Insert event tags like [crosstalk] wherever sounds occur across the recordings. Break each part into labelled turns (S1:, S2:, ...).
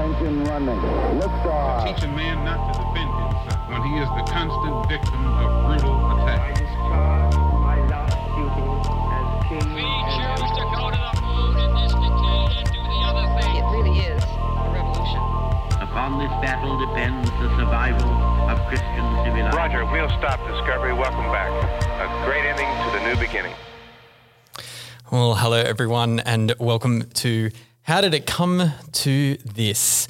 S1: Landing. Liftoff.
S2: Teach a man not to defend himself when he is the constant victim of brutal attack.
S3: discharge my last duty as king
S4: We
S3: and
S4: choose to go to the moon in this decade and do the other thing.
S5: It really is a revolution.
S6: Upon this battle depends the survival of Christian civilization.
S7: Roger, we'll stop Discovery. Welcome back. A great ending to the new beginning.
S8: Well, hello everyone, and welcome to How Did It Come to This?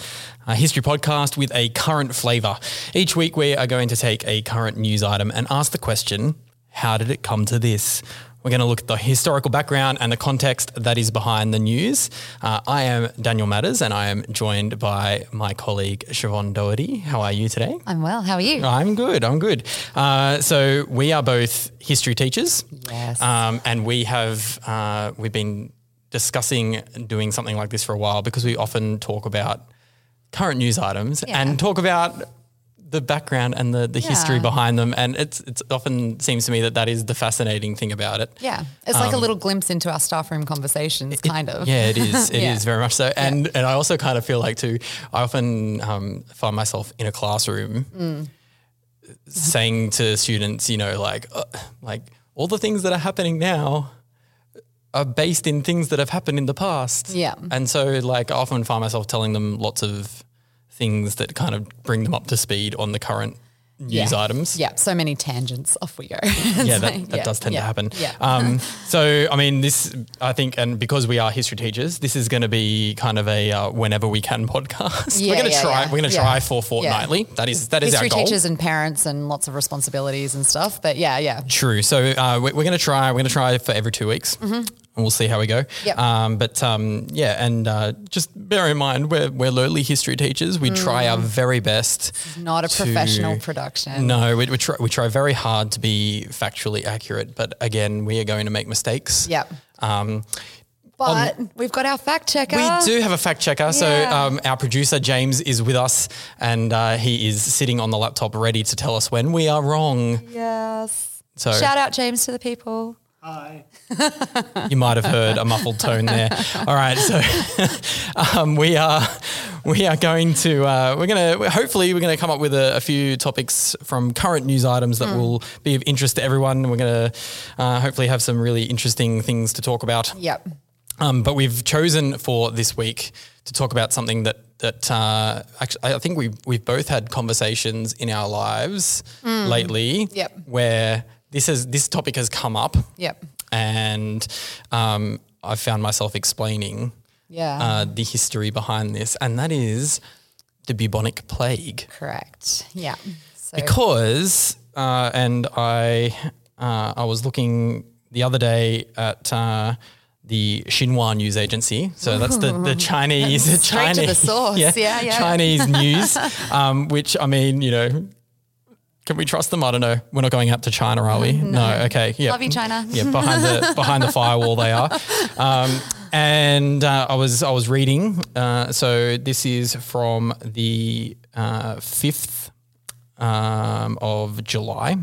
S8: A history podcast with a current flavour. Each week, we are going to take a current news item and ask the question How did it come to this? We're going to look at the historical background and the context that is behind the news. Uh, I am Daniel Matters, and I am joined by my colleague Siobhan Doherty. How are you today?
S9: I'm well. How are you?
S8: I'm good. I'm good. Uh, so we are both history teachers.
S9: Yes.
S8: Um, and we have uh, we've been discussing doing something like this for a while because we often talk about current news items
S9: Yeah.
S8: and talk about the background and the, the history
S9: Yeah.
S8: behind them. And it's it's often seems to me that that is the fascinating thing about it.
S9: yeah, it's like a little glimpse into our staff room conversations, kind of.
S8: Yeah, um, it
S9: [laughs]
S8: is. It is
S9: Yeah.
S8: very much so. And and I also kind of feel like too. I often um, find myself in a classroom
S9: Mm.
S8: saying to students, you know, like uh, like all the things that are happening now are based in things that have happened in the past.
S9: Yeah.
S8: And so like I often find myself telling them lots of things that kind of bring them up to speed on the current news
S9: Yeah.
S8: items.
S9: Yeah, so many tangents. Off we go. [laughs] It's
S8: Yeah, that,
S9: like,
S8: that
S9: yeah,
S8: does tend
S9: yeah,
S8: to happen.
S9: Yeah.
S8: Um,
S9: [laughs]
S8: so, I mean, this, I think, and because we are history teachers, this is going to be kind of a uh, whenever we can [laughs] podcast. we're
S9: Yeah,
S8: going to
S9: yeah,
S8: try.
S9: yeah.
S8: We're going to
S9: Yeah.
S8: try for
S9: Yeah.
S8: fortnightly. That is that is
S9: History
S8: our goal.
S9: teachers and parents and lots of responsibilities and stuff. But yeah, yeah.
S8: True. So uh, we- we're going to try. We're going to try for every two weeks, and we'll see how we go.
S9: Mm-hmm. Yep.
S8: Um, but um, yeah, and uh, just bear in mind we're we're lowly history teachers. We try our very best.
S9: Mm. Not a
S8: to-
S9: professional production.
S8: No, we, we try we try very hard to be factually accurate, but again, we are going to make mistakes.
S9: Yep.
S8: Um,
S9: But we've got our fact checker.
S8: we do have a fact checker. So
S9: Yeah.
S8: um, our producer James is with us, and uh, he is sitting on the laptop ready to tell us when we are wrong.
S9: Yes.
S8: So
S9: Shout out James to the people.
S8: you might have heard a muffled tone there. All right, so [laughs] um, we are we are going to uh, we're gonna we're- hopefully we're gonna come up with a, a few topics from current news items that will be of interest to everyone. We're gonna uh, hopefully have some really interesting things to talk about.
S9: Yep.
S8: Um, but we've chosen for this week to talk about something that that uh, actually I think we we've both had conversations in our lives lately.
S9: Mm. Yep.
S8: Where this has this topic has come up.
S9: Yep.
S8: And um, I found myself explaining
S9: Yeah.
S8: uh, the history behind this, and that is the bubonic plague
S9: Correct. Yeah. So
S8: because uh, and I uh, I was looking the other day at uh, the Xinhua news agency, so that's the
S9: [laughs]
S8: the Chinese
S9: Straight to the
S8: Chinese [laughs]
S9: source. Yeah, yeah.
S8: Chinese
S9: [laughs]
S8: news, um, which I mean, you know. Can we trust them? I don't know. We're not going out to China, are we? No. Okay. Yeah.
S9: Love you, China.
S8: Yeah. Behind the behind the firewall, they are. Um, and uh, I was I was reading. Uh, so this is from the uh, fifth um, of July.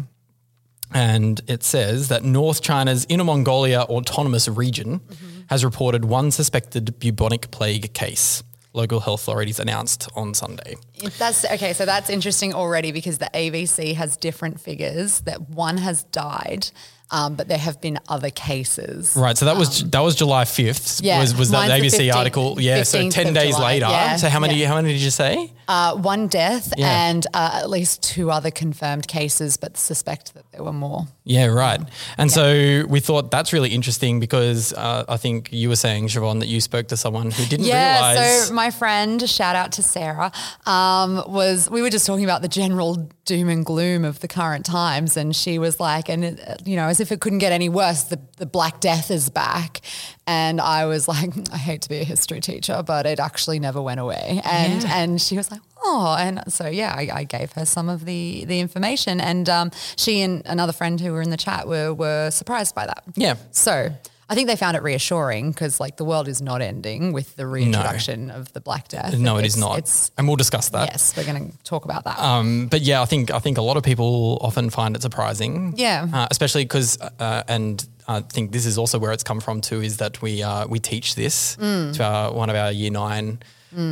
S8: And it says that North China's Inner Mongolia Autonomous Region
S9: Mm-hmm.
S8: has reported one suspected bubonic plague case, local health authorities announced on Sunday.
S9: That's okay. So that's interesting already because the ABC has different figures that one has died, um, but there have been other cases.
S8: Right, so that was that was July fifth.
S9: Um, yeah,
S8: was, was that the
S9: mine's the
S8: ABC
S9: 15th
S8: article? Yeah, so
S9: 15th
S8: ten
S9: of
S8: days
S9: July,
S8: later.
S9: yeah,
S8: So how many
S9: yeah.
S8: how many did you say?
S9: Uh, one death
S8: Yeah.
S9: and uh, at least two other confirmed cases, but suspect that there were more.
S8: Yeah, right. And so we thought that's really interesting because uh, I think you were saying, Siobhan, that you spoke to someone who didn't
S9: Yeah,
S8: realize.
S9: so my friend, shout out to Sarah, um, was we were just talking about the general doom and gloom of the current times, and she was like, and it, uh, you know, as if it couldn't get any worse, the, the Black Death is back, and I was like, [laughs] I hate to be a history teacher, but it actually never went away, and and she was like. Oh, and so yeah, I, I gave her some of the the information, and um, she and another friend who were in the chat were were surprised by that.
S8: yeah,
S9: So I think they found it reassuring because like the world is not ending with the reintroduction of the Black Death.
S8: no, it
S9: It's-
S8: is not,
S9: It's
S8: and we'll discuss that. Uh,
S9: yes, we're going to talk about that.
S8: Um, but yeah, I think I think a lot of people often find it surprising.
S9: Yeah.
S8: uh, especially because uh, and I think
S9: Mm.
S8: this is also where it's come from too is that we uh, we teach this to uh, our, one of our year nine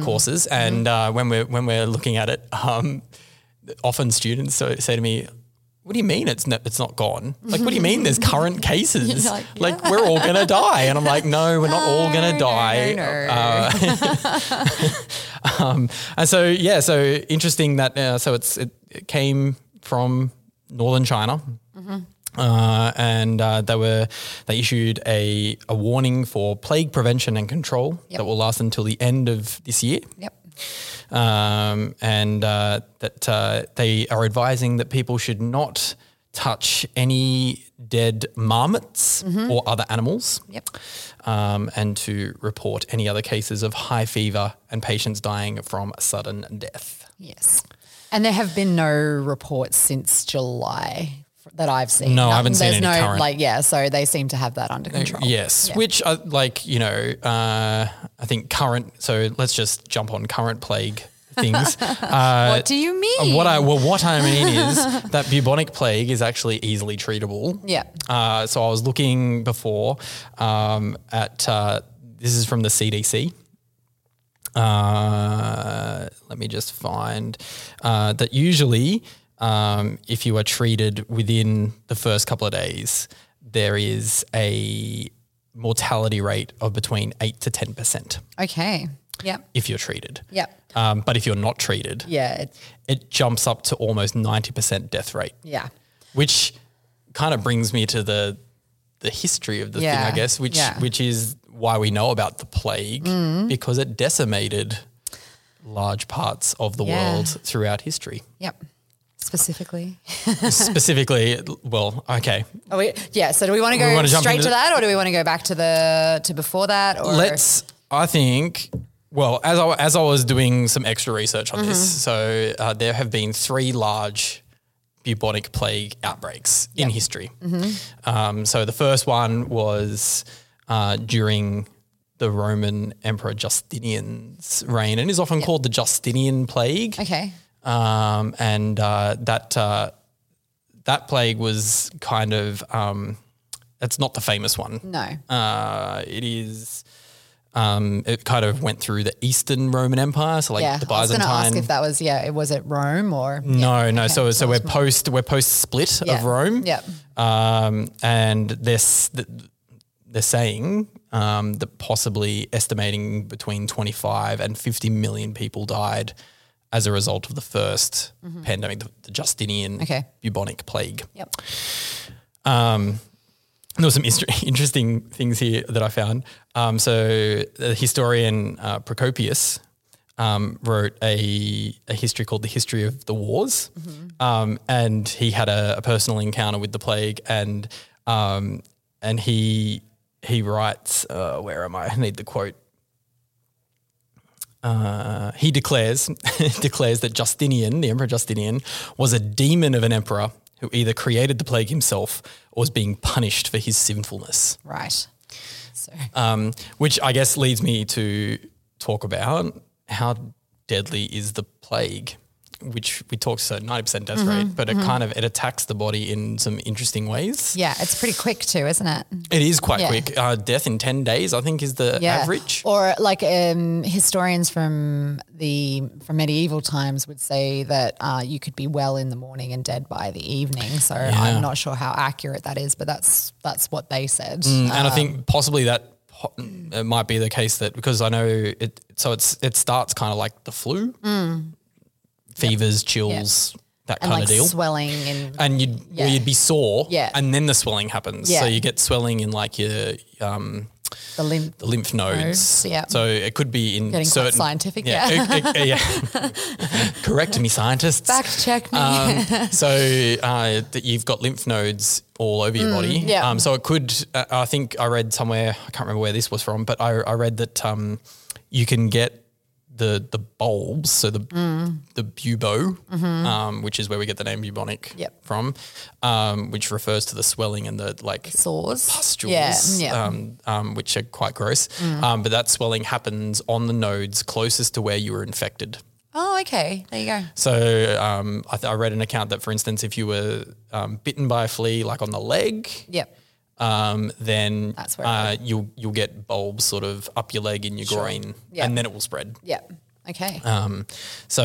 S8: courses.
S9: Mm-hmm.
S8: And uh, when we're when we're looking at it, um, often students so, say to me. What do you mean it's no, it's not gone? Like, what do you mean
S9: [laughs]
S8: there's current cases?
S9: like,
S8: like, we're all gonna die, and I'm like, no, we're not all gonna die.
S9: [laughs]
S8: uh,
S9: no, no.
S8: Um, and so yeah, so interesting that uh, so it's it, it came from northern China. Uh, and uh, they were they issued a, a warning for plague prevention and control
S9: Yep.
S8: that will last until the end of this year,
S9: Yep.
S8: um, and uh, that uh, they are advising that people should not touch any dead marmots or other animals
S9: Mm-hmm. Yep.
S8: um, and to report any other cases of high fever and patients dying from sudden death.
S9: Yes. And there have been no reports since July f- that I've seen.
S8: No, I
S9: Nothing-
S8: haven't seen
S9: There's
S8: any
S9: no
S8: current.
S9: like yeah, so they seem to have that under control.
S8: Yes,
S9: Yeah.
S8: which are like you know, uh, I think current. So let's just jump on current plague
S9: [laughs]
S8: things. uh,
S9: What do you mean?
S8: what I well, what I mean
S9: [laughs]
S8: is that bubonic plague is actually easily treatable.
S9: Yeah.
S8: Uh, so I was looking before um, at uh, this is from the CDC. Uh, let me just find uh, that usually, um, if you are treated within the first couple of days, there is a mortality rate of between eight to ten percent
S9: Okay. Yep.
S8: if you're treated.
S9: Yep.
S8: Um, but if you're not treated,
S9: Yeah. It,
S8: it jumps up to almost 90% death rate,
S9: yeah.
S8: which kind of brings me to the the history of the
S9: Yeah,
S8: thing, I guess, which
S9: yeah. Mm.
S8: which is why we know about the plague because it decimated large parts of the
S9: Yeah.
S8: world throughout history. [laughs]
S9: Yep. Specifically.
S8: Specifically, well, okay.
S9: Oh we, yeah. So do we want to go
S8: wanna jump
S9: straight
S8: into
S9: to
S8: the-
S9: that or do we want to go back to the to before that or
S8: Let's I think well, as I as I was doing some extra research on
S9: Mm-hmm.
S8: this, so uh, there have been three large bubonic plague outbreaks in history.
S9: Mm-hmm.
S8: Um, so the first one was uh, during the Roman Emperor Justinian's reign, and is often called the Justinian Plague.
S9: Okay.
S8: Um, and uh, that uh, that plague was kind of um, it's not the famous one.
S9: No.
S8: Uh, it is. Um, it kind of went through the Eastern Roman Empire, so like
S9: yeah.
S8: the
S9: I was
S8: Byzantine.
S9: gonna ask if that was yeah, it was at Rome or
S8: no, no. So, so we're post we're post split
S9: yeah.
S8: of Rome.
S9: Yep.
S8: Um, and they're s- th- they're saying um, that possibly estimating between twenty five and fifty million people died as a result of the 1st pandemic, the, the Justinian
S9: Mm-hmm. Okay.
S8: bubonic plague.
S9: Yep.
S8: there were some inst- [laughs] interesting things here that I found. Um, so the historian uh, Procopius um, wrote a, a history called The History of the Wars. Um, and he had a, a personal encounter with the plague and um, and he he writes, uh, where am I? I need the quote Uh, he declares [laughs] declares that Justinian, the Emperor Justinian, was a demon of an emperor who either created the plague himself or was being punished for his sinfulness.
S9: Right. So
S8: Um, which I guess leads me to talk about how deadly is the plague, which we talked so ninety percent
S9: Mm-hmm,
S8: death rate, but it kind of it attacks the body in some interesting ways.
S9: yeah, it's pretty quick too, isn't it?
S8: It is quite
S9: Yeah.
S8: quick. Uh, death in ten days, I think, is the average.
S9: Or like um, historians from the from medieval times would say that uh, you could be well in the morning and dead by the evening. So I'm not sure how accurate that is, but that's that's what they said.
S8: Mm,
S9: Uh,
S8: and I
S9: um,
S8: think possibly that po- it might be the case that because I know it, so it's it starts kind of like the flu, fevers, chills, that
S9: Mm. and
S8: kind
S9: like
S8: of deal. Uh,
S9: swelling and
S8: and you'd well,
S9: Yeah.
S8: you'd be sore,
S9: Yeah.
S8: and then the swelling happens.
S9: Yeah.
S8: So you get swelling in like your um,
S9: the lymph.
S8: the lymph nodes.
S9: Nodes, yeah.
S8: So it could be in
S9: Getting quite
S8: certain
S9: scientific,
S8: it- it- yeah. [laughs] Correct me, scientists.
S9: Fact check me. [laughs]
S8: Um, so uh, that you've got lymph nodes all over your body.
S9: Mm, yeah.
S8: Um, so it could. Uh, I think I read somewhere. I can't remember where this was from, but I, I read that um, you can get the the bulbs. So the
S9: Mm.
S8: the bubo, um, which is where we get the name bubonic
S9: Mm-hmm. Yep.
S8: from, um, which refers to the swelling and the like
S9: Sores.
S8: pustules,
S9: Yeah. mm, Yeah. Mm.
S8: Um, um, which are quite gross. Um, but that swelling happens on the nodes closest to where you were infected.
S9: oh, okay. There you go.
S8: So um, I, th- I read an account that, for instance, if you were um, bitten by a flea, like on the leg,
S9: Yep.
S8: um, then
S9: That's where it
S8: uh, you'll you'll get bulbs sort of up your leg in your groin,
S9: Yeah.
S8: and then it will spread.
S9: Yeah. Okay.
S8: Um, so,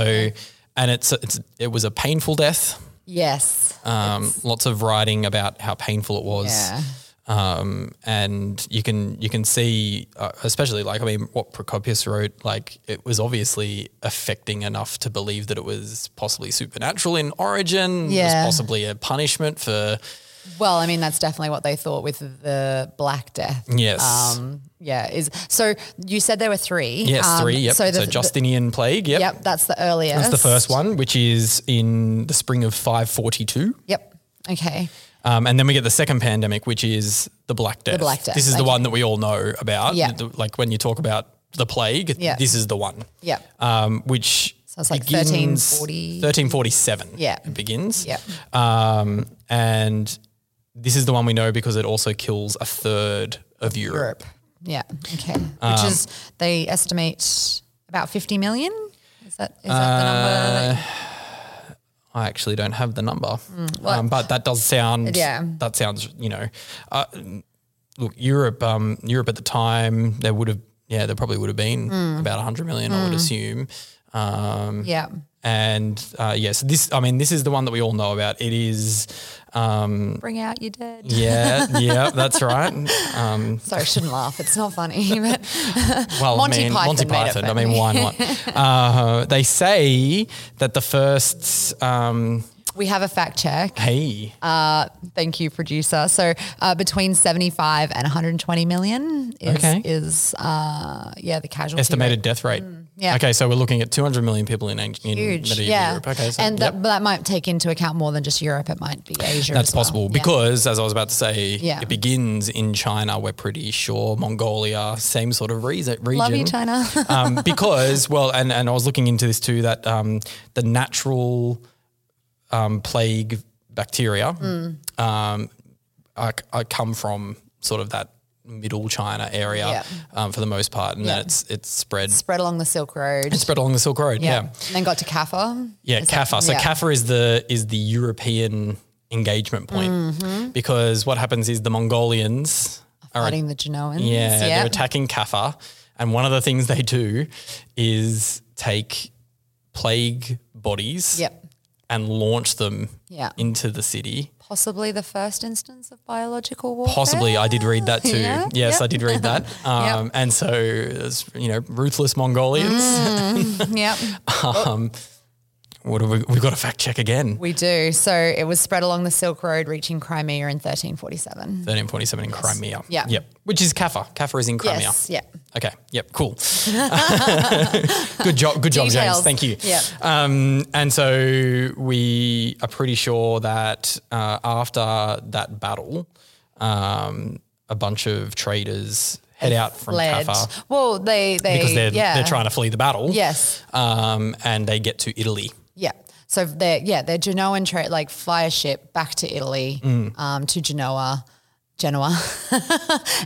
S8: and it's, it's it was a painful death.
S9: yes.
S8: Um, lots of writing about how painful it was.
S9: Yeah.
S8: Um, and you can you can see, uh, especially like I mean, what Procopius wrote, like it was obviously affecting enough to believe that it was possibly supernatural in origin. It
S9: Yeah.
S8: was possibly a punishment for
S9: Well, I mean, that's definitely what they thought with the Black Death.
S8: yes,
S9: Um, yeah. Is so you said there were three.
S8: yes,
S9: Um,
S8: three. Yep. So,
S9: the-
S8: Justinian plague. Yep.
S9: the- yep. That's the earliest.
S8: That's the first one, which is in the spring of 542.
S9: Yep. Okay.
S8: Um, and then we get the second pandemic, which is the Black Death.
S9: Black Death,
S8: This is the
S9: okay.
S8: one that we all know about.
S9: Yeah.
S8: The- like when you talk about the plague,
S9: Yeah.
S8: this is the one.
S9: Yeah.
S8: Um, which
S9: So it's like 1340.
S8: 1347.
S9: Yeah.
S8: It begins.
S9: Yep.
S8: Um, and this is the one we know because it also kills a third of Europe.
S9: Europe. Yeah. Okay.
S8: um,
S9: Which is they estimate about fifty million. Is that is that the
S8: uh,
S9: number? that-
S8: I actually don't have the number, um, but that does sound.
S9: Mm, Yeah.
S8: that sounds. You know, uh, look, Europe. Um, Europe at the time, there would have. Yeah, there probably would have been about hundred million, I would assume. Um,
S9: Mm. yeah.
S8: and uh, yes, this. I mean, this is the one that we all know about. It is. Um,
S9: Bring out your dead.
S8: yeah, yeah, that's right. Um,
S9: Sorry, I shouldn't laugh. It's not funny. [laughs] But
S8: [laughs] well,
S9: Monty
S8: I mean,
S9: Python
S8: Monty
S9: made it
S8: Python. I
S9: funny.
S8: mean, why
S9: [laughs]
S8: not? Uh, they say that the first. Um,
S9: we have a fact check.
S8: hey,
S9: Thank you, producer. So uh, between 75 and 120 million is,
S8: Okay.
S9: is uh, yeah, the casualty.
S8: Estimated
S9: rate.
S8: death rate.
S9: Mm, yeah.
S8: Okay, so we're looking at 200 million people in, ancient- in
S9: Huge.
S8: medieval
S9: yeah.
S8: Europe. Okay, so
S9: and
S8: yep,
S9: that, but that might take into account more than just Europe. It might be Asia.
S8: that's
S9: as well.
S8: possible
S9: Yeah.
S8: because, as I was about to say,
S9: Yeah.
S8: it begins in China. We're pretty sure Mongolia, same sort of reason, region.
S9: Love you, China. [laughs]
S8: um, because, well, and, and I was looking into this too that um, the natural um, plague bacteria
S9: Mm.
S8: um, are, are come from sort of that middle China area
S9: Yeah.
S8: um, for the most part. And
S9: Yeah.
S8: then it's, it's spread.
S9: Spread along the Silk Road.
S8: Spread along the Silk Road,
S9: yeah.
S8: yeah.
S9: And then got to Kaffa.
S8: Yeah,
S9: Is that-
S8: CAFA. So
S9: yeah.
S8: CAFA is the is the European engagement point
S9: Mm-hmm.
S8: because what happens is the Mongolians are
S9: Fighting the Genoans.
S8: yeah, they're
S9: Yeah.
S8: attacking CAFA, and one of the things they do is take plague bodies
S9: Yep.
S8: and launch them
S9: Yeah.
S8: into the city.
S9: Possibly the first instance of biological warfare.
S8: Possibly, I did read that too.
S9: Yeah,
S8: Yes,
S9: [laughs] yep.
S8: I did read that. Um, And so, it's, you know, ruthless Mongolians.
S9: Mm. [laughs] Yep.
S8: What have we, we've got to fact check again.
S9: We do. So it was spread along the Silk Road, reaching Crimea in 1347.
S8: 1347 in Crimea.
S9: Yeah.
S8: Yep. Which is Kaffa. Kaffa is in Crimea.
S9: Yes. Yeah.
S8: Okay. Yep. Cool. [laughs] good job. Good job,
S9: Details.
S8: James. Thank you.
S9: Yeah.
S8: Um, and so we are pretty sure that uh, after that battle, um, a bunch of traders head out from
S9: Fled.
S8: Kaffa
S9: Well, they they
S8: because they're
S9: yeah.
S8: they're trying to flee the battle.
S9: Yes.
S8: Um, and they get to Italy.
S9: Yeah. So they're yeah they're Genoan trade like fly a ship back to Italy
S8: Mm.
S9: um, to Genoa. Genoa, [laughs]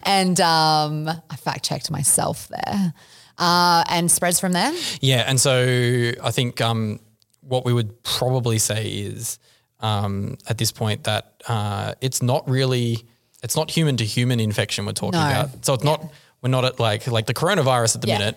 S9: and um, I fact checked myself there, uh, and spreads from there.
S8: Yeah, and so I think um, what we would probably say is um, at this point that uh, it's not really it's not human to human infection we're talking
S9: No.
S8: about. So it's not we're not at like like the coronavirus at the
S9: Yeah.
S8: minute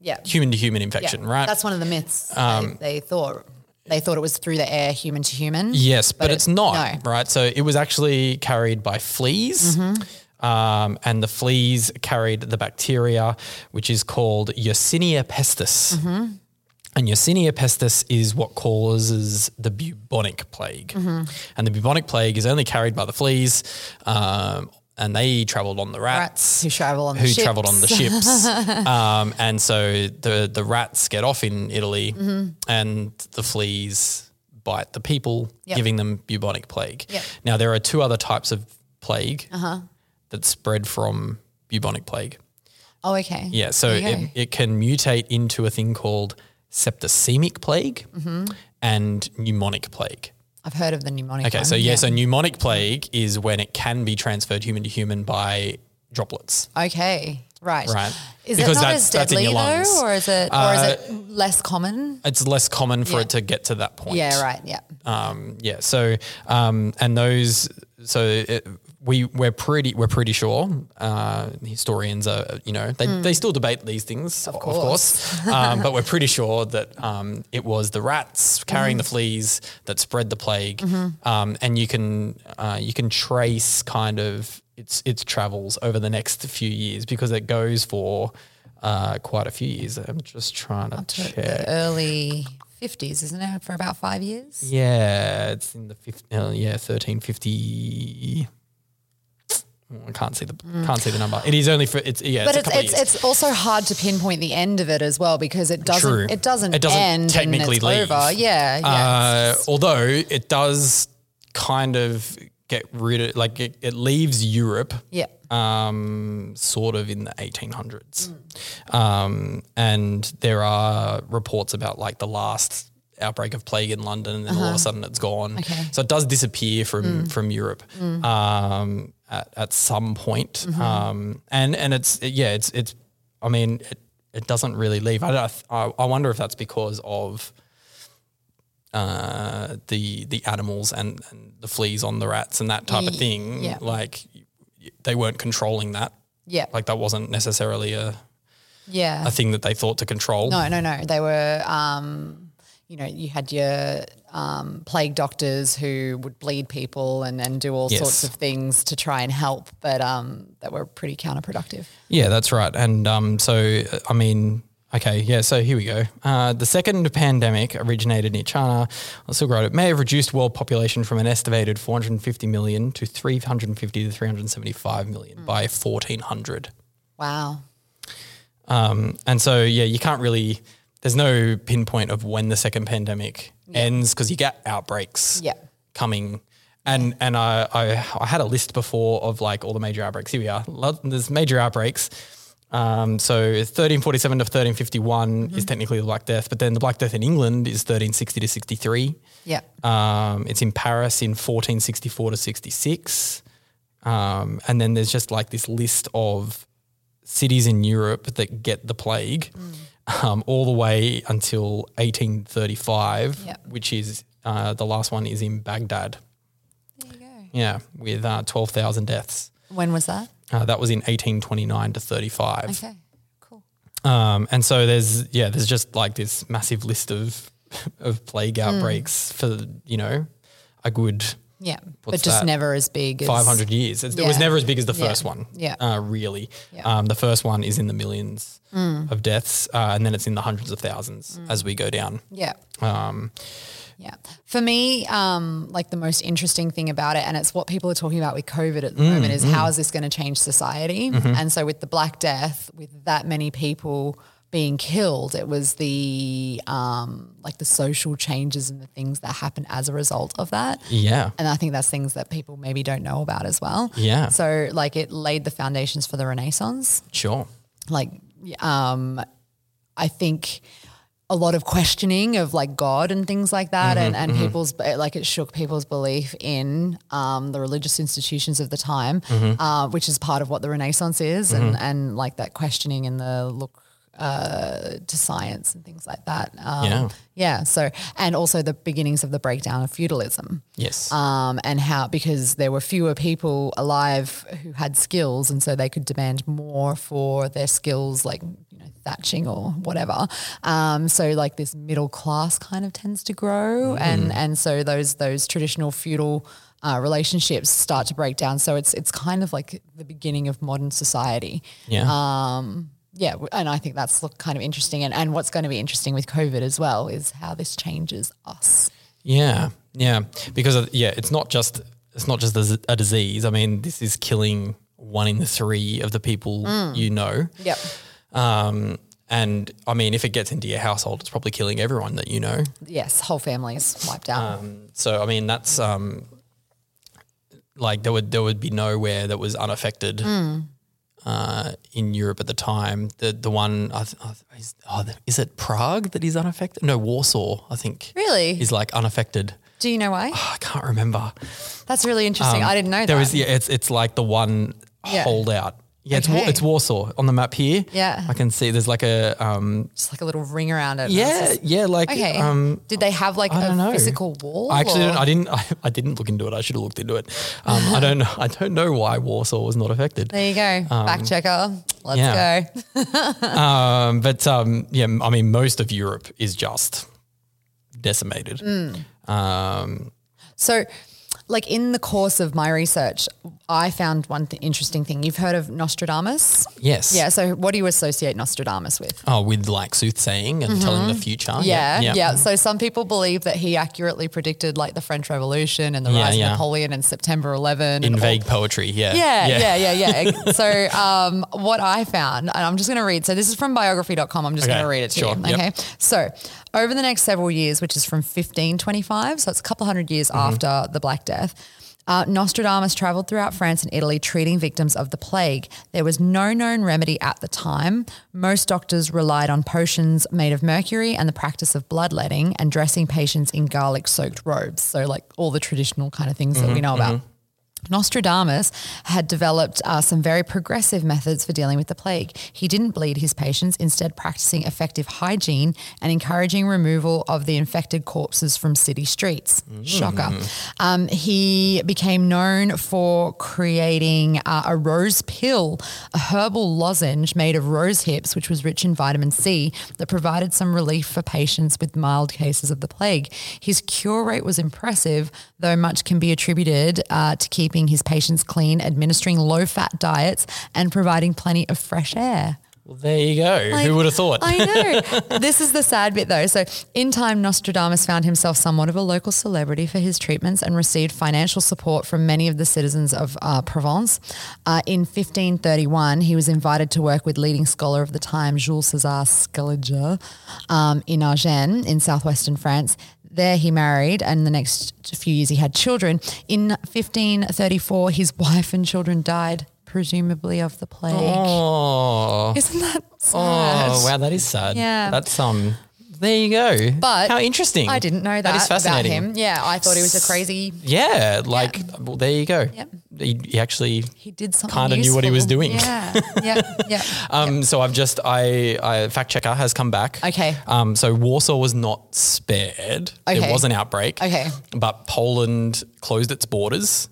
S9: Yeah,
S8: human to human
S9: Yeah.
S8: infection, right? Um,
S9: That's one of the myths they, they thought. They thought it was through the air, human to human.
S8: yes, but,
S9: it-
S8: it's not
S9: no.
S8: right. So it was actually carried by fleas.
S9: Mm-hmm.
S8: Um, and the fleas carried the bacteria, which is called Yersinia pestis.
S9: Mm-hmm.
S8: And Yersinia pestis is what causes the bubonic plague.
S9: Mm-hmm.
S8: And the bubonic plague is only carried by the fleas. Um, and they traveled on the rats.
S9: Rats who travel on the
S8: who
S9: ships.
S8: traveled on the ships. um, and so the, the rats get off in Italy
S9: Mm-hmm.
S8: and the fleas bite the people,
S9: Yep.
S8: giving them bubonic plague.
S9: Yep. Uh-huh.
S8: Now, there are two other types of plague that spread from bubonic plague.
S9: [laughs] Oh, okay.
S8: Yeah, so
S9: There you
S8: it,
S9: go.
S8: it can mutate into a thing called septicemic plague
S9: Mm-hmm.
S8: and pneumonic plague.
S9: I've heard of the mnemonic.
S8: Okay,
S9: one.
S8: so yeah, so pneumonic plague is when it can be transferred human to human by droplets.
S9: Okay. Right.
S8: Right.
S9: Is
S8: Because
S9: it not
S8: that's-
S9: as
S8: that's in
S9: deadly
S8: your lungs. Uh,
S9: though, or is it or is it less common?
S8: It's less common for
S9: Yeah.
S8: it to get to that point.
S9: Yeah. Right. Yeah.
S8: Um, yeah. So, um, and those, so it, we we're pretty we're pretty sure uh, historians are you know they, they still debate these things of course, um, but we're pretty sure that um, it was the rats carrying the fleas that spread the plague um, and you can uh, you can trace kind of its its travels over the next few years because it goes for uh, quite a few years I'm just trying to
S9: to
S8: check
S9: the early 50s, isn't it? For about five years.
S8: yeah, it's in the fifth. Uh, yeah, thirteen fifty. Oh, I can't see the can't see the number. It is only for it's yeah.
S9: Mm.
S8: it's,
S9: But
S8: a
S9: it's
S8: couple of
S9: it's,
S8: years.
S9: it's also hard to pinpoint the end of it as well because it doesn't
S8: True.
S9: it doesn't
S8: It doesn't
S9: end
S8: technically
S9: and it's
S8: leave.
S9: over. Yeah, yeah.
S8: Uh, although it does kind of get rid of like it, it leaves Europe
S9: yeah.
S8: um, sort of in the 1800s. Um, and there are reports about like the last outbreak of plague in London, and then all of a sudden it's gone.
S9: Uh-huh. Okay. Mm.
S8: So it does disappear from from Europe um, at, at some point.
S9: Mm-hmm.
S8: Um, and and it's yeah, it's it's. I mean, it, it doesn't really leave. I, don't, I I wonder if that's because of uh, the the animals and, and the fleas on the rats and that type of
S9: Ye-
S8: thing.
S9: yeah.
S8: Like they weren't controlling that.
S9: Yeah.
S8: Like that wasn't necessarily a,
S9: yeah.
S8: a thing that they thought to control.
S9: No, no, no. They were, um, you know, you had your um, plague doctors who would bleed people and, and do all
S8: Yes.
S9: sorts of things to try and help, but um, that were pretty counterproductive.
S8: Yeah, that's right. And um, so, uh, I mean, okay, yeah, so here we go. Uh, the second pandemic originated in China. I still wrote it may have reduced world population from an estimated 450 million to 350 to 375 million by 1400.
S9: Wow.
S8: And so, yeah, you can't really. There's no pinpoint of when the second pandemic ends 'cause ends because you get outbreaks
S9: Yeah.
S8: coming. And and I, I I had a list before of like all the major outbreaks. Here we are. Lo- There's major outbreaks. Um, so 1347 to 1351 is technically the Black Death, but then the Black Death in England is 1360 to 63.
S9: Yeah.
S8: Um, it's in Paris in 1464 to 66. Um, and then there's just like this list of cities in Europe that get the plague um, all the way until 1835,
S9: Yep.
S8: which is uh, the last one is in Baghdad.
S9: There you go.
S8: Yeah, with uh, 12,000 deaths.
S9: When was that?
S8: Uh, that was in 1829 to 35.
S9: Okay. Cool.
S8: Um, and so there's yeah, there's just like this massive list of [laughs] of plague outbreaks for you know a good
S9: Yeah.
S8: What's
S9: but just
S8: that?
S9: never as big as
S8: 500 years. It's, It was
S9: Yeah.
S8: never as big as the
S9: Yeah.
S8: first one.
S9: Yeah.
S8: uh, really.
S9: Yeah. Mm.
S8: Um, the first one is in the millions of deaths, uh, and then it's in the hundreds of thousands as we go down.
S9: Yeah. Um, yeah. For me, um, like the most interesting thing about it, and it's what people are talking about with COVID at the
S8: Mm,
S9: moment, is how is this going to change society?
S8: Mm-hmm.
S9: And so, with the Black Death, with that many people being killed, it was the um, like the social changes and the things that happen as a result of that.
S8: Yeah.
S9: And I think that's things that people maybe don't know about as well.
S8: Yeah.
S9: So, like, it laid the foundations for the Renaissance
S8: Sure.
S9: like um i think a lot of questioning of like god and things like that and, and people's uh, like it shook people's belief in um, the religious institutions of the time uh, which is part of what the renaissance is and and like that questioning and the look uh, to science and things like that um,
S8: Yeah.
S9: yeah so and also the beginnings of the breakdown of feudalism
S8: Yes.
S9: um, and how because there were fewer people alive who had skills, and so they could demand more for their skills, like you know thatching or whatever. Um, so like this middle class kind of tends to grow, and and so those those traditional feudal. Uh, relationships start to break down, so it's it's kind of like the beginning of modern society. Um,
S8: yeah.
S9: uh, Yeah, w- and I think that's look kind of interesting, and and what's going to be interesting with COVID as well is how this changes us.
S8: Yeah, yeah, because of, yeah, it's not just it's not just a, a disease. I mean, this is killing one in three of the people
S9: Mm.
S8: you know.
S9: Yep.
S8: Um, and I mean, if it gets into your household, it's probably killing everyone that you know.
S9: Yes, whole families wiped
S8: Uh,
S9: out.
S8: So I mean, that's um, like there would there would be nowhere that was unaffected.
S9: Hmm.
S8: Uh, in Europe at the time, the the one I th- I th- is, oh, is it Prague that is unaffected? No, Warsaw, I think.
S9: Really?
S8: is like unaffected.
S9: Do you know why?
S8: I can't remember.
S9: That's really interesting. I didn't know
S8: ah, um, There
S9: that.
S8: was yeah, it's it's like the one
S9: Yeah.
S8: holdout Yeah, it's, Wa-
S9: Okay.
S8: it's Warsaw on the map here.
S9: Yeah.
S8: I can see there's like a um
S9: Just like a little ring around it. and it's
S8: yeah
S9: just-
S8: yeah like
S9: Okay.
S8: um
S9: Did they have like
S8: I
S9: a
S8: don't know.
S9: physical wall?
S8: I actually
S9: or-
S8: didn't, I didn't [laughs] I, I didn't look into it. I should have looked into it. Um, I don't know I don't know why Warsaw was not affected.
S9: There you go. Fact checker. Let's
S8: Um, yeah.
S9: go. [laughs]
S8: Um, but um, yeah, I mean, most of Europe is just decimated.
S9: Hmm.
S8: Um,
S9: So, like in the course of my research, I found one th- interesting thing. You've heard of Nostradamus?
S8: yes.
S9: Yeah. So, what do you associate Nostradamus with?
S8: Oh, with like soothsaying and telling the future.
S9: Mm-hmm. Yeah, yeah. So some people believe that he accurately predicted like the French Revolution and the
S8: Yeah,
S9: rise
S8: yeah.
S9: of Napoleon and September 11.
S8: In
S9: and all-
S8: vague poetry. Yeah.
S9: Yeah, yeah, yeah, yeah. so um, what I found, and I'm just going to read. So this is from biography.com. I'm just
S8: Okay,
S9: going to read it to
S8: sure,
S9: you.
S8: yep.
S9: Okay. So over the next several years, which is from 1525, so it's a couple hundred years
S8: Mm-hmm.
S9: after the Black Death. Uh, Nostradamus traveled throughout France and Italy treating victims of the plague. There was no known remedy at the time. Most doctors relied on potions made of mercury and the practice of bloodletting and dressing patients in garlic soaked robes. So, like all the traditional kind of things
S8: Mm-hmm.
S9: that we know about. Nostradamus had developed uh, some very progressive methods for dealing with the plague. He didn't bleed his patients, instead, practicing effective hygiene and encouraging removal of the infected corpses from city streets. Shocker. Um, he became known for creating uh, a rose pill, a herbal lozenge made of rose hips, which was rich in vitamin C, that provided some relief for patients with mild cases of the plague. His cure rate was impressive, though much can be attributed uh, to keeping his patients clean, administering low fat diets, and providing plenty of fresh air.
S8: Well, there you go. Who
S9: I-
S8: would have thought?
S9: I
S8: [laughs]
S9: know. this is the sad bit though. So, in time, Nostradamus found himself somewhat of a local celebrity for his treatments and received financial support from many of the citizens of uh, Provence. Uh, in 1531, he was invited to work with leading scholar of the time, Jules César Scaliger, um, in Argennes in southwestern France. There he married, and the next few years he had children. In 1534, his [laughs] wife and children died, presumably of the plague.
S8: oh,
S9: Isn't that sad?
S8: oh, wow. That is sad.
S9: Yeah.
S8: That's, um, there you go.
S9: But
S8: how interesting.
S9: I didn't know that,
S8: That is fascinating.
S9: about him. Yeah, I thought he was a crazy.
S8: Yeah. Like, well, there you go.
S9: Yep.
S8: He, he actually
S9: He did something.
S8: Kinda knew what he
S9: useful.
S8: was doing.
S9: Yeah, yeah,
S8: [laughs]
S9: yeah.
S8: Um, So I've just I, I fact checker has come back.
S9: Okay.
S8: Um, so Warsaw was not spared. There
S9: Okay.
S8: was an outbreak.
S9: Okay.
S8: But Poland closed its
S9: [laughs]
S8: borders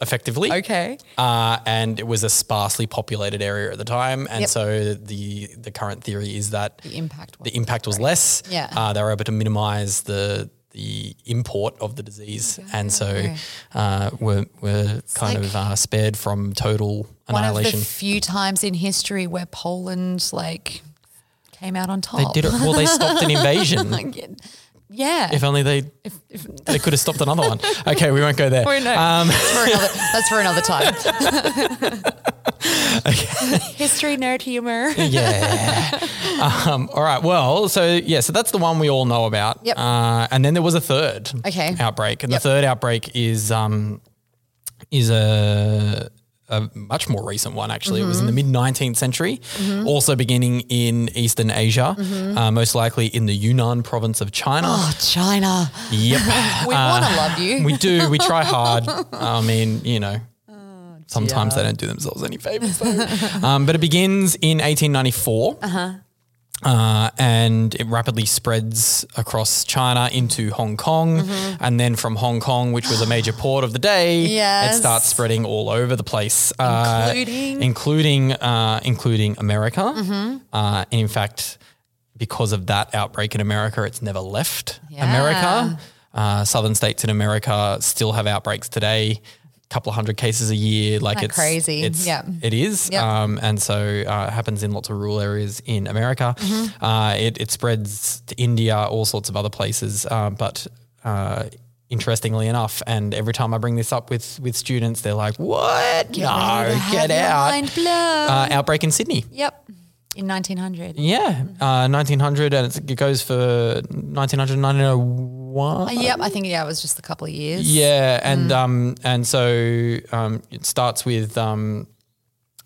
S8: effectively.
S9: Okay.
S8: Uh, and it was a sparsely populated area at the time, and
S9: Yep.
S8: so the the current theory is that
S9: The impact
S8: the
S9: wasn't
S8: impact was less.
S9: Yeah.
S8: Uh, they were able to minimise the the import of the disease, and so uh, were were kind
S9: like
S8: of uh, spared from total
S9: One of the
S8: annihilation.
S9: few times in history where Poland like came out on top.
S8: They did it. Well, they stopped an
S9: [laughs]
S8: invasion.
S9: Like, [laughs] yeah.
S8: If only they they could have stopped another
S9: [laughs]
S8: one. Okay, we won't go there.
S9: Oh, no.
S8: Um,
S9: that's, for
S8: [laughs]
S9: another, that's for another time. History nerd
S8: [laughs]
S9: humor.
S8: Yeah. [laughs] um, all right. Well, so yeah, so that's the one we all know about.
S9: Yep.
S8: Uh, and then there was a third
S9: Okay.
S8: outbreak, and
S9: Yep.
S8: the third outbreak is um, is a a much more recent one actually. It was in the
S9: Mm-hmm.
S8: mid 19th century, also beginning in Eastern Asia,
S9: Mm-hmm.
S8: uh, most likely in the Yunnan province of China.
S9: [gasps] Oh, China.
S8: Yep.
S9: We want to love [laughs] you.
S8: We do. We try hard. I mean, you know,
S9: Oh,
S8: sometimes they don't do themselves any favors. Though. um, but it begins in 1894. Uh-huh. and it rapidly spreads across China into Hong Kong.
S9: Mm-hmm.
S8: And then from Hong Kong, which was a major port of the day,
S9: Yes.
S8: it starts spreading all over the place, uh,
S9: Including-
S8: including, uh, including America.
S9: Mm-hmm.
S8: Uh, and in fact, because of that outbreak in America, it's never left
S9: Yeah.
S8: America. Uh, southern states in America still have outbreaks today. A couple of hundred cases a year, like
S9: Isn't that
S8: it's
S9: crazy?
S8: It's,
S9: Yep.
S8: it is,
S9: Yep.
S8: um, and so uh, it happens in lots of rural areas in America.
S9: Mm-hmm.
S8: Uh, it, it spreads to India, all sorts of other places. Uh, but uh, interestingly enough, and every time I bring this up with with students, they're like, "What?
S9: ready
S8: no,
S9: to have
S8: get
S9: your
S8: out!"
S9: mind blown.
S8: Uh, outbreak in Sydney.
S9: yep. In 1900.
S8: Yeah, uh, 1900, and it's, it goes for 1900, 1901.
S9: Uh, Yep. I think, yeah, it was just a couple of years.
S8: Yeah, and
S9: Mm.
S8: um, and so um, it starts with um,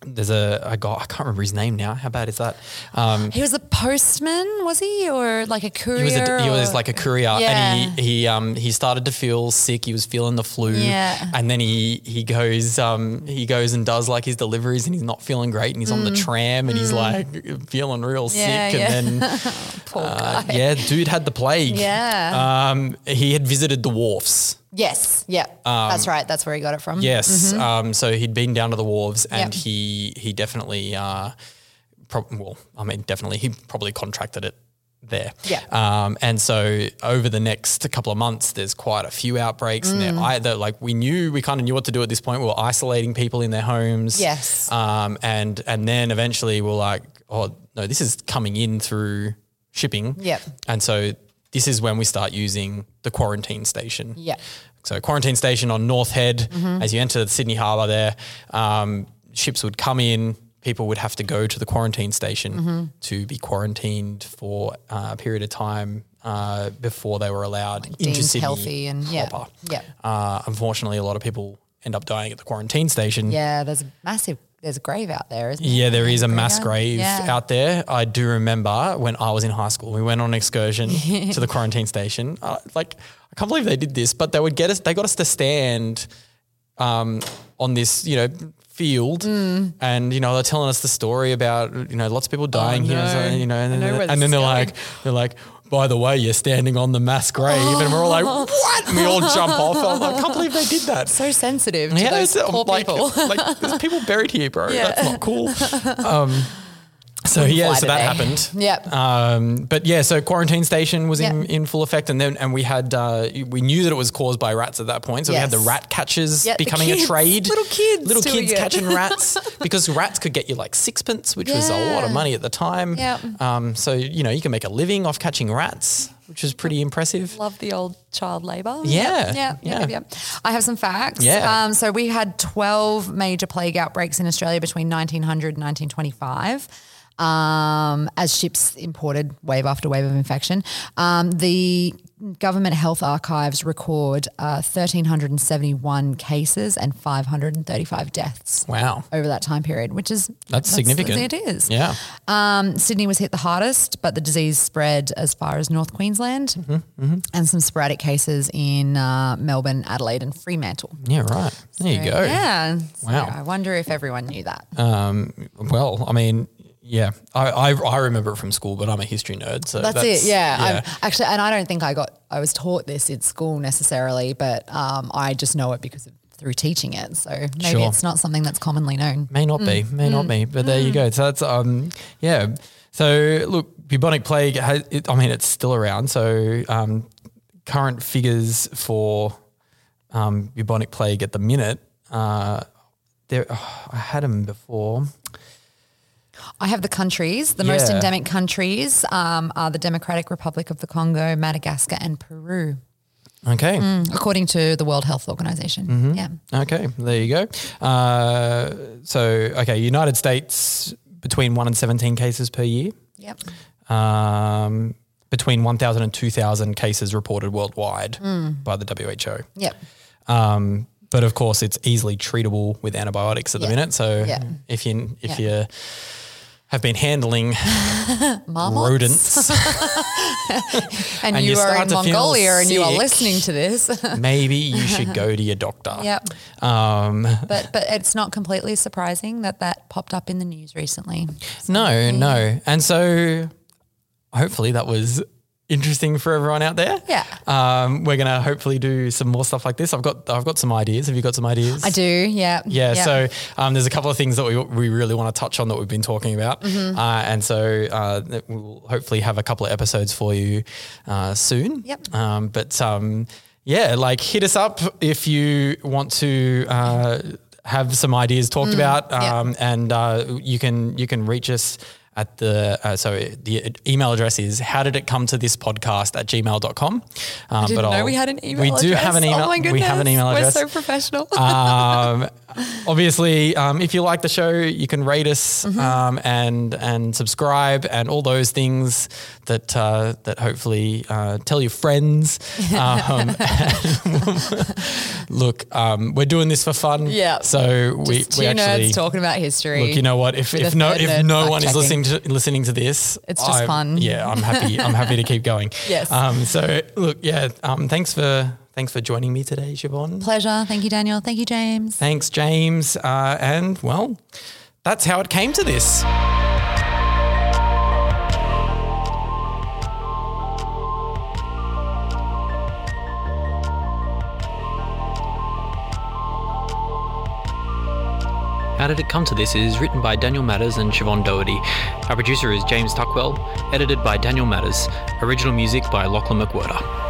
S8: there's a, a guy I can't remember his name now. How bad is that? Um,
S9: He was a postman, was he, or like a courier?
S8: He was, a, he
S9: or-
S8: was like a courier,
S9: Yeah.
S8: and he he um he started to feel sick. He was feeling the flu,
S9: Yeah.
S8: and then he he goes um he goes and does like his deliveries, and he's not feeling great, and he's on the tram, and he's like feeling real
S9: Mm. Yeah,
S8: sick, and
S9: [laughs] yeah.
S8: then
S9: Poor
S8: uh,
S9: guy.
S8: yeah, dude had the plague.
S9: Yeah.
S8: um, he had visited the wharfs.
S9: Yes. Yeah.
S8: um,
S9: that's right. That's where he got it from.
S8: Yes. Um, so he'd been down to the wharves, and
S9: Mm-hmm. Yep.
S8: he he definitely, uh, prob- well, I mean, definitely, he probably contracted it there.
S9: Yeah.
S8: Um, and so over the next couple of months, there's quite a few outbreaks, and
S9: Mm.
S8: they're, I, they like we knew we kind of knew what to do at this point. We were isolating people in their homes.
S9: Yes.
S8: Um, and and then eventually we're like, oh no, this is coming in through shipping.
S9: Yep.
S8: And so this is when we start using the quarantine station.
S9: Yep.
S8: So quarantine station on North Head,
S9: Mm-hmm.
S8: as you enter the Sydney Harbour there, um, ships would come in. People would have to go to the quarantine station
S9: Mm-hmm.
S8: to be quarantined for uh, a period of time uh, before they were allowed into
S9: deemed
S8: Sydney
S9: healthy and- yeah,
S8: proper.
S9: yeah.
S8: Uh, unfortunately, a lot of people end up dying at the quarantine station.
S9: Yeah. There's a massive. There's a grave out there, isn't
S8: Yeah, there is a mass
S9: Yeah.
S8: grave
S9: Yeah.
S8: out there. I do remember when I was in high school, we went on an
S9: [laughs]
S8: excursion to the quarantine station. Uh, like, I can't believe they did this, but they would get us. They got us to stand um, on this, you know, field,
S9: Mm.
S8: and you know they're telling us the story about you know lots of people dying here, and so,
S9: Oh, no.
S8: you know, and,
S9: I know
S8: then,
S9: where
S8: and
S9: this
S8: then
S9: is
S8: they're
S9: going.
S8: like, they're like. By the way, you're standing on the mass grave, and we're all
S9: [laughs]
S8: like, "What?" And we all jump off. I'm like, I can't believe they did that.
S9: So sensitive to
S8: it's,
S9: those
S8: um,
S9: poor
S8: like,
S9: people.
S8: [laughs] like there's people buried here, bro.
S9: Yeah.
S8: That's not
S9: [laughs]
S8: cool. Um, so yeah,
S9: fly
S8: so that
S9: today.
S8: happened.
S9: Yep.
S8: Um, but yeah, so quarantine station was in,
S9: Yep.
S8: in full effect, and then and we had uh, we knew that it was caused by rats at that point. So we had the
S9: Yes.
S8: rat catchers
S9: Yeah, the
S8: becoming a
S9: kids.
S8: trade.
S9: Little kids
S8: little
S9: doing
S8: kids
S9: it.
S8: catching
S9: [laughs]
S8: rats because rats could get you like sixpence, which was a lot of
S9: Yeah.
S8: money at the time.
S9: Yep.
S8: Um, so you know you can make a living off catching rats, which is pretty impressive.
S9: Love the old child labour.
S8: Yeah,
S9: Yep, yep,
S8: yeah.
S9: yep, yep, yep. I have some facts.
S8: Yeah.
S9: Um, so we had 12 major plague outbreaks in Australia between 1900 and 1925. Um, as ships imported wave after wave of infection, um, the government health archives record uh, 1,371 cases and 535 deaths
S8: Wow,
S9: over that time period, which is
S8: that's, significant.
S9: It is.
S8: Yeah.
S9: Um, Sydney was hit the hardest, but the disease spread as far as North Queensland
S8: Mm-hmm,
S9: and some sporadic cases in uh, Melbourne, Adelaide, and Fremantle.
S8: Yeah. Right. There you go.
S9: Yeah. So
S8: Wow.
S9: I wonder if everyone knew that.
S8: Um, Well, I mean, yeah, I, I, I remember it from school, but I'm a history nerd, so
S9: that's, it. Yeah. I'm, actually, and I don't think I got, I was taught this in school necessarily, but um, I just know it because of through teaching it. So maybe
S8: Sure.
S9: it's not something that's commonly known.
S8: may not
S9: Mm,
S8: be, may not be, but there you go. So that's um, yeah. So look, bubonic plague. Has, it, I mean, it's still around. So um, current figures for um, bubonic plague at the minute. Uh, there, oh, I had them before.
S9: I have the countries. The most
S8: Yeah.
S9: endemic countries um, are the Democratic Republic of the Congo, Madagascar, and Peru.
S8: Okay.
S9: Mm. Mm-hmm. according to the World Health Organization.
S8: Mm-hmm.
S9: Yeah.
S8: Okay, there you go. Uh, so, okay, United States between one and seventeen cases per year.
S9: Yep.
S8: um, between 1,000 and 2,000 cases reported worldwide by the WHO.
S9: Yep.
S8: Um, but of course, it's easily treatable with antibiotics at the
S9: Yeah.
S8: minute. So
S9: Yeah.
S8: if you if
S9: Yeah.
S8: you have been handling
S9: Marmots. [laughs]
S8: rodents,
S9: And,
S8: And
S9: you,
S8: you
S9: are
S8: start
S9: in
S8: to feel
S9: Mongolia and you are
S8: sick.
S9: listening to this. [laughs]
S8: maybe you should go to your doctor.
S9: Yep.
S8: Um,
S9: But but it's not completely surprising that that popped up in the news recently.
S8: no, no. And so hopefully that was interesting for everyone out there.
S9: Yeah.
S8: Um, we're gonna hopefully do some more stuff like this. I've got I've got some ideas. Have you got some ideas?
S9: I do. Yeah.
S8: Yeah, so um, there's a couple of things that we, we really want to touch on that we've been talking about.
S9: Mm-hmm.
S8: Uh, and so uh, that we'll hopefully have a couple of episodes for you uh, soon.
S9: Yep.
S8: Um, but um, yeah, like hit us up if you want to. Uh, have some ideas talked about,
S9: Mm. yeah.
S8: um, and uh, you can you can reach us at the uh, so the email address is how did it come to this podcast at gmail.com. Um,
S9: I didn't know we had an email
S8: We do have
S9: address.
S8: an email.
S9: Oh my goodness.
S8: We have an email address
S9: We're so professional.
S8: um, Obviously, um, if you like the show, you can rate us
S9: Mm-hmm.
S8: um, and and subscribe and all those things that uh, that hopefully uh, tell your friends.
S9: [laughs]
S8: Um, [laughs] look, um, we're doing this for fun.
S9: Yeah.
S8: So we,
S9: Just two
S8: we
S9: nerds
S8: actually
S9: talking about history.
S8: Look, you know what? If,
S9: With
S8: if
S9: a
S8: no
S9: third
S8: if
S9: nerd
S8: no
S9: fact
S8: one is
S9: checking.
S8: listening to listening to this,
S9: It's just
S8: I'm-
S9: fun.
S8: Yeah, I'm happy. I'm happy to keep going.
S9: [laughs] Yes.
S8: Um, so look, yeah. Um, thanks for thanks for joining me today, Siobhan.
S9: Pleasure. Thank you, Daniel. Thank you, James.
S8: Thanks, James. Uh, and well, that's how it came to this. How Did It Come to This is written by Daniel Matters and Siobhan Doherty. Our producer is James Tuckwell, edited by Daniel Matters, original music by Lachlan McWhirter.